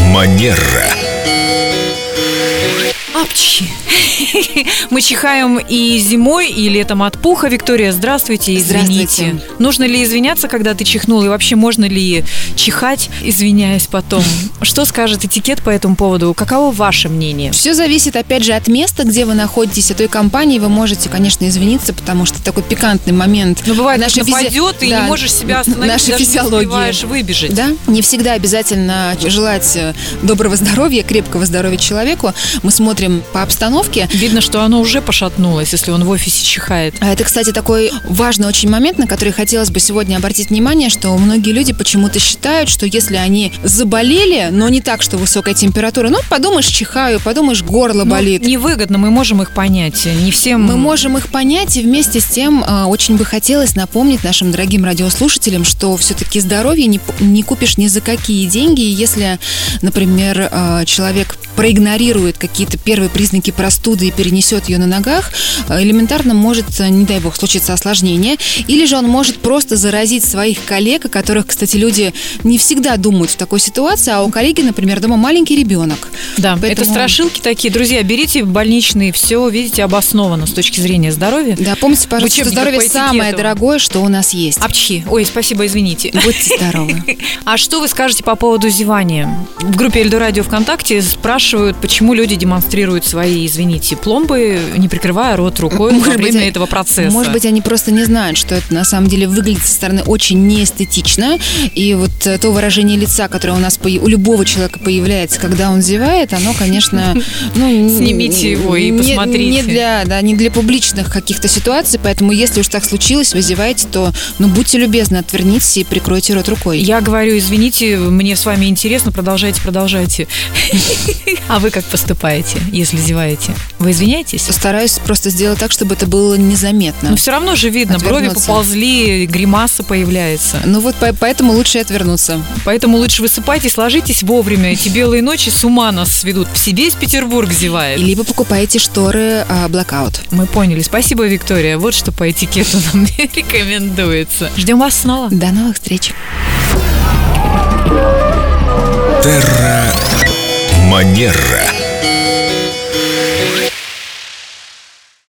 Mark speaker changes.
Speaker 1: Венера.
Speaker 2: Апчхи. Мы чихаем и зимой, и летом от пуха. Виктория, здравствуйте, извините.
Speaker 3: Здравствуйте.
Speaker 2: Нужно ли извиняться, когда ты чихнул? И вообще, можно ли чихать, извиняясь потом? Что скажет этикет по этому поводу? Каково ваше мнение?
Speaker 3: Все зависит, опять же, от места, где вы находитесь, от той компании. Вы можете, конечно, извиниться, потому что такой пикантный момент.
Speaker 2: Ну, бывает,
Speaker 3: Наша
Speaker 2: наша
Speaker 3: физи-
Speaker 2: нападет, и
Speaker 3: да,
Speaker 2: не можешь себя остановить,
Speaker 3: наша
Speaker 2: даже не
Speaker 3: физиология.
Speaker 2: успеваешь выбежать.
Speaker 3: Да, не всегда обязательно желать э, доброго здоровья, крепкого здоровья человеку. Мы смотрим по обстановке.
Speaker 2: Видно, что оно уже пошатнулось, если он в офисе чихает.
Speaker 3: А Это, кстати, такой важный очень момент, на который хотелось бы сегодня обратить внимание, что многие люди почему-то считают, что если они заболели, но не так, что высокая температура, ну, подумаешь, чихаю, подумаешь, горло
Speaker 2: Ну,
Speaker 3: болит.
Speaker 2: невыгодно, мы можем их понять. Не всем...
Speaker 3: Мы можем их понять, и вместе с тем а, очень бы хотелось напомнить нашим дорогим радиослушателям, что все-таки здоровье не, п- не купишь ни за какие деньги. И если, например, а, человек проигнорирует какие-то первые признаки простуды и перенесет ее на ногах, а, элементарно может, а, не дай бог, случиться осложнение. Или же он может просто заразить своих коллег, о которых, кстати, люди не всегда думают в такой ситуации, а у коллеги, например, дома маленький ребенок.
Speaker 2: Да,
Speaker 3: Поэтому-
Speaker 2: это страшилки такие. Друзья, берите больничные, все, видите, обосновано с точки зрения здоровья.
Speaker 3: Да, помните, пожалуйста, что
Speaker 2: учебниках по
Speaker 3: здоровье
Speaker 2: этикету.
Speaker 3: самое дорогое, что у нас есть.
Speaker 2: Апчхи. Ой, спасибо, извините.
Speaker 3: Будьте здоровы.
Speaker 2: А что вы скажете по поводу зевания? В группе Эльдо Радио ВКонтакте спрашивают, почему люди демонстрируют свои, извините, пломбы, не прикрывая рот рукой во
Speaker 3: Может быть,
Speaker 2: время
Speaker 3: э,
Speaker 2: этого процесса.
Speaker 3: Может быть, они просто не знают, что это на самом деле выглядит со стороны очень неэстетично. И вот э, то выражение лица, которое у нас поя- у любого человека появляется, когда он зевает, оно, конечно, ну, н-
Speaker 2: Снимите его и
Speaker 3: не-
Speaker 2: посмотрите.
Speaker 3: Не для, да, не для публичных каких-то ситуаций, поэтому если уж так случилось, вы зеваете, то, ну, будьте любезны, отвернитесь и прикройте рот рукой.
Speaker 2: Я говорю, извините, мне с вами интересно, продолжайте, продолжайте. А вы как поступаете, если зеваете? Вы извиняетесь?
Speaker 3: Стараюсь просто сделать так, чтобы это было незаметно.
Speaker 2: Но все равно же видно, брови
Speaker 3: Отвернуться.
Speaker 2: поползли, гримаса появляется.
Speaker 3: Ну вот по- поэтому лучше отвернуться.
Speaker 2: Поэтому лучше высыпайтесь, ложитесь вовремя. Эти белые ночи с ума нас сведут. Все весь Петербург зевает.
Speaker 3: Либо покупаете шторы а, блокаут.
Speaker 2: Мы поняли. Спасибо, Виктория. Вот что по этикету нам рекомендуется. Ждем вас снова.
Speaker 3: До новых встреч.
Speaker 1: Манера.